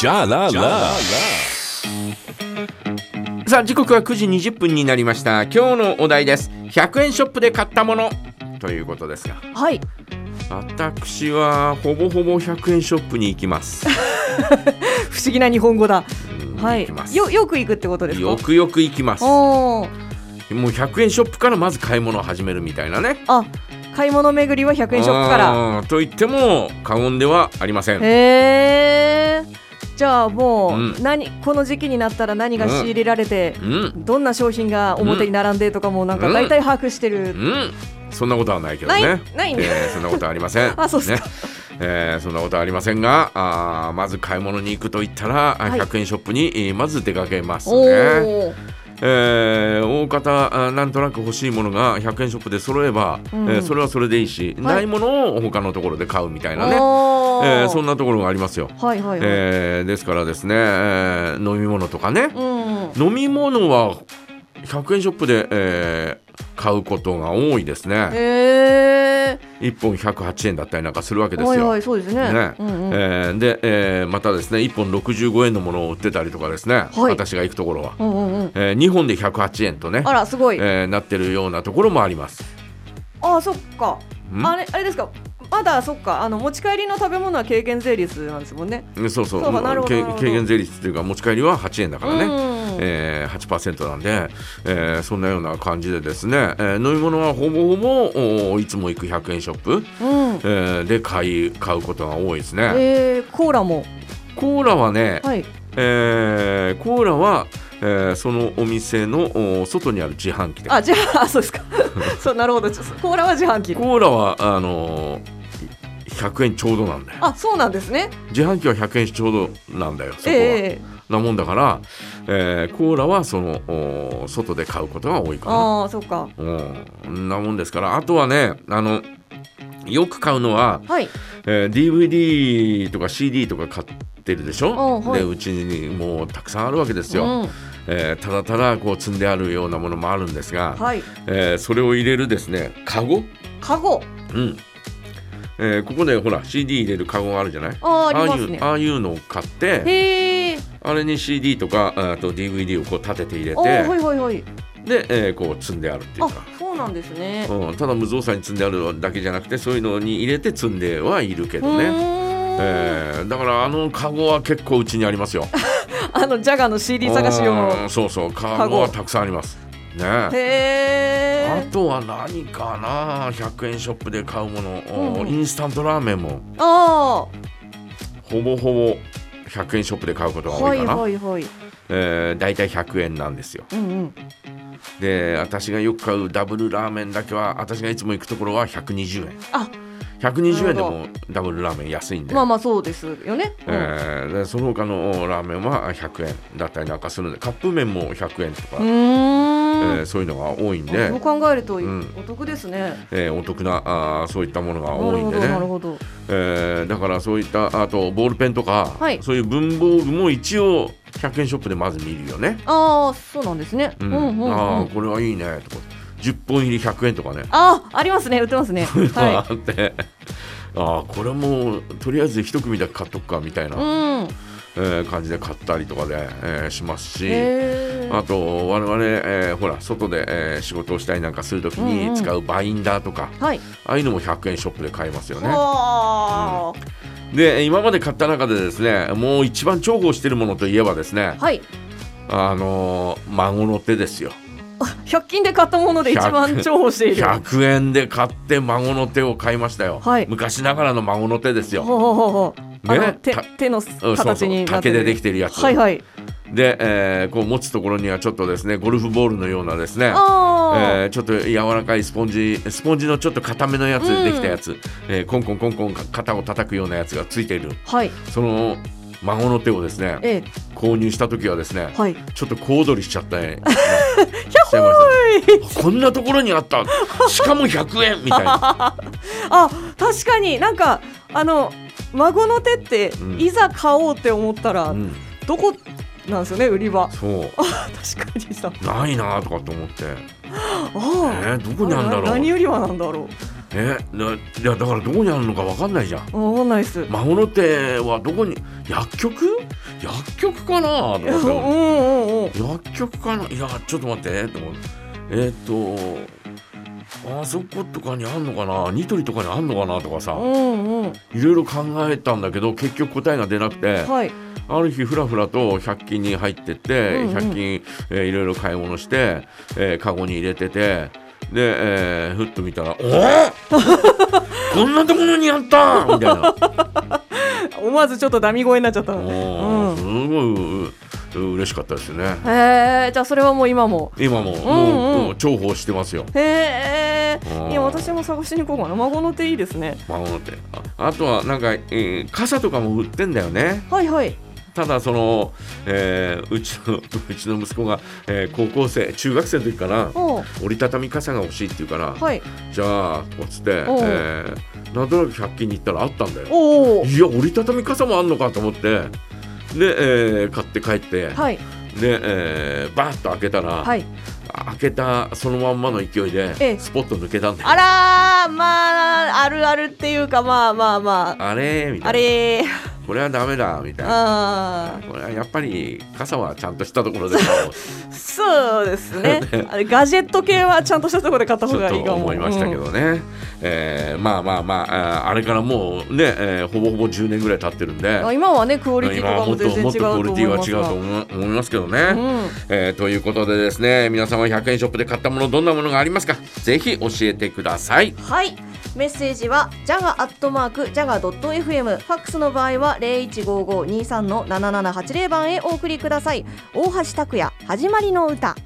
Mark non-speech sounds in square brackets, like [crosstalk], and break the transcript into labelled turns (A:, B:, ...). A: じゃらら
B: さあ時刻は9時20分になりました今日のお題です100円ショップで買ったものということですが
C: はい
B: 私はほぼほぼ100円ショップに行きます
C: 不思議な日本語だ [laughs] は
B: 行きます
C: いよよく行くってことですか
B: よくよく行きますも
C: おー
B: う100円ショップからまず買い物を始めるみたいなね
C: あ買い物巡りは100円ショップから
B: あーと言っても過言ではありません
C: へえじゃあもう、
B: うん
C: 何この時期になったら何が仕入れられて、
B: うん
C: どんな商品が表に並んでとかもなんか
B: うん
C: 大体把握してる、
B: うんそんなことはないけど
C: ない
B: ね
C: ないね、
B: えーそんなことはありません
C: [laughs] あそうっすか
B: ねえーそんなことはありませんがあーまず買い物に行くと言ったら、あ
C: はい
B: 100円ショップにえーまず出かけます
C: お
B: ね、
C: おー
B: えー大方あーなんとなく欲しいものが100円ショップで揃えば、
C: うん
B: えーそれはそれでいいし、
C: い
B: ないものを他のところで買うみたいなね、
C: お
B: えーそん
C: な
B: なところがありますよ、
C: はいはいはい、
B: えーですからですね、えー飲み物とかね、
C: うん
B: 飲み物は100円ショップで、えー買うことが多いですね、
C: へえ
B: 1本108円だったりなんかするわけですよ。
C: はいはいそうですね
B: ね
C: うんうん
B: えーで、えーまたですね1本65円のものを売ってたりとかですね、
C: はい
B: 私が行くところは、
C: うんうんうん
B: え2本で108円とね
C: あ、らすごい、
B: えーなってるようなところもあります。
C: あそっか
B: ん
C: あれあれですかまだそっかあの持ち帰りの食べ物は軽減税率なんですもんね
B: そうそう
C: そうか
B: うん
C: なるほど
B: け
C: なるほど
B: 軽減税率というか持ち帰りは8円だからね、
C: うん
B: えー、8%なんで、えーそんなような感じでですね、えー飲み物はほぼほぼおいつも行く100円ショップ、
C: うん
B: えーで買い買うことが多いですね。
C: えー、コーラも
B: コーラはね、
C: はい
B: えーコーラは、えーそのお店のお外にある自販機で
C: あじゃあ [laughs] そ
B: [laughs]
C: うですかそうなるほどちょコーラは自販機
B: コーラはあのー100円ちょうどなんだよ
C: あそうなんですね
B: 自販機は100円ちょうどなんだよそこは、
C: ええ
B: なもんだから、えーコーラはそのお外で買うことが多いかな
C: ああそっか
B: うんなもんですからあとはねあのよく買うのは、
C: はい
B: えー DVD とか CD とか買ってるでしょ、
C: うんはい
B: でうちにもうたくさんあるわけですよ、
C: うん、
B: えーただただこう積んであるようなものもあるんですが、
C: はい
B: えーそれを入れるですねカゴ、
C: カゴ
B: うんえーここでほら CD 入れるカゴがあるじゃない
C: あーありますね
B: ああいうああいうのを買って
C: へえ
B: あれに CD とかあと DVD をこう立てて入れ
C: あーはい
B: て
C: はいはい
B: で、えーこう積んであるっていう
C: あ
B: か。
C: そうなんですね
B: うん、ただ無造作に積んであるだけじゃなくてそういうのに入れて積んではいるけ
C: う
B: どね、
C: ーん
B: えーだからあのカゴは結構うちにあり
C: [laughs]
B: ますよ
C: あのジャガーの CD 探し用
B: う
C: の
B: んそうそうカ
C: カ
B: ゴ
C: ゴ
B: はたくさんありますね
C: へ
B: あ
C: え
B: とは何かな100円ショップで買うもの、
C: うんうん
B: インスタントラーメンも
C: あ
B: ほぼほぼ100円ショップで買うこと
C: あ
B: が
C: は
B: 多い
C: い
B: かな、
C: はいはい
B: えー、大体100円なんですよ
C: うんうん
B: で私がよく買うダブルラーメンだけは私がいつも行くところは120円
C: あ
B: 120円で
C: なる
B: もダブルラーメン安いんで,、
C: まあまあそうですよね、
B: えーでその他のラーメンは100円だったりなんかするんでカップ麺も100円とか、
C: う
B: え
C: んうーん
B: ーそういうのが多いん
C: あそう
B: で、
C: 考えるとお
B: ん
C: 得ですね、
B: えーお得なあーそういったものが
C: な
B: 多
C: る
B: いん
C: ほ
B: で
C: ど
B: ね
C: なるほど
B: えーだからそういったあとボールペンとか、
C: はい
B: そういう文房具も一応100円ショップでまず見るよね。
C: ああそうなんですね、う
B: うんん
C: うんうん
B: ああ
C: あ
B: これはいいねとか10本入り100円とかね。
C: あありますね売ってます
B: [laughs]
C: ね
B: あ
C: は
B: あってああこれもとりあえず一組だけ買っとくかみたい
C: い
B: な、
C: うんへ
B: えー感じで買ったりとかで、えーしますし。
C: え
B: あと我々、えーほら外で、えー仕事をしたりなんかするとき
C: うんう
B: に
C: ん
B: 使うバインダーとか、
C: はい
B: ああいうのも100円ショップで買えますよね。
C: は
B: で今まで買った中でですねもう一番重宝してるものといえばですね
C: はい
B: あのー孫の手ですよ
C: 100均で買ったもので一番重宝している
B: 100円で買って孫の手を買いましたよ、
C: はい
B: 昔ながらの孫の手ですよ
C: ほうほうほうほうあの
B: ね
C: 手
B: た
C: 手の
B: うんそうそ
C: 形
B: う
C: になって
B: 竹
C: る
B: でできてるやつ、
C: はいはい
B: で、えーこう持つところにはちょっとですねゴルフボールのようなですね
C: ああ、
B: えーちょっと柔らかいスポンジスポンジのちょっと硬めのやつでできたやつ、えーコンコンコンコン肩を叩くようなやつがついている
C: はい
B: その孫の手をですね
C: え
B: 購入した時はですね、
C: えはい
B: ちょっと小躍りしちゃった
C: [laughs]
B: ね。しちゃいましたねこんなところにあった。しかも100円みたい
C: [laughs]
B: な。
C: あ確かになんかあの孫の手って、
B: うん
C: いざ買おうって思ったら、
B: うん、
C: どこなんですよね売
B: [laughs]
C: り場
B: そう。
C: あ確かにさ
B: ないなとかと思って。
C: あ
B: え
C: あ、
B: ー、どこにあるんだ
C: あれな
B: ろ
C: 何
B: う。
C: 売り場なんだろ
B: えー、ないやだからどこにあるのかわかんないじゃん。
C: うわかんないっす
B: 孫の手はどこに薬局？薬局かなと思っ
C: うんう
B: て
C: んうんうん
B: 薬局かないやちょっと待ってと思ってえーっとあそことかにあんのかなニトリとかにあんのかなとかさ
C: うんうん
B: いろいろ考えたんだけど結局答えが出なくて
C: はい
B: ある日ふらふらと100均に入ってって、
C: うんうん
B: 100均、えーいろいろ買い物して、えーカゴに入れててで、えーふっと見たら「おー
C: [laughs]
B: こんなところにあった!」みたいな
C: 思わずちょっとダミ声になっちゃったのね
B: おー
C: う
B: す
C: ん
B: ごいうう嬉しかったですね
C: へえじゃあそれはもう今も
B: 今ももう,、
C: うん
B: もう重宝してますよ
C: へえ
B: うん
C: いや私も探しに行こうかな孫の手いいですね
B: 孫の手ああとはなんか、えー傘とかも売ってんだよね
C: はいはい
B: ただその、えーうちのうちの息子が、えー高校生中学生の時かな
C: おう
B: 折りたたみ傘が欲しいって言うから、
C: はい
B: じゃあとかっつって、え
C: おう
B: ーなんとなく100均に行ったらあったんだよ
C: おお
B: いや折りたたみ傘もあんのかと思ってで、えー買って帰って、
C: はい
B: で、えーバーッと開けたら、
C: はい
B: 開けたそのまんまの勢い
C: え
B: で
C: え
B: スポッと抜けたんだよ
C: あらーまああるあるっていうかまあまあまあ
B: あれーみた
C: あ
B: いな
C: れー
B: これはダメだみたいな
C: あ
B: これはやっぱり傘はちゃんとしたところで
C: [laughs] ーそうです [laughs] ねあれガジェット系はちゃんとしたところで買った
B: ち
C: 方
B: ょ
C: が
B: っ
C: いい
B: と
C: かも
B: 思いましたけ
C: うん
B: どね、えーまあまあまああーあれからもうね、えーほぼほぼ10年ぐらい経ってるんで
C: あ今はねクオリティと
B: 今は
C: か
B: も
C: も
B: っと
C: 全然
B: も
C: 違
B: っ
C: う
B: と
C: と
B: クオ
C: 思
B: リテ
C: い
B: ィは
C: ます
B: 違
C: が
B: うと思う思いますけどね、
C: うん
B: えーということでですね皆様100円ショップで買ったものどんなものがありますかぜひ教えてください
A: はい。メッセージは jaga.jaga.fm ファックスの場合は015523の7780番へお送りください。大橋拓也、始まりの歌。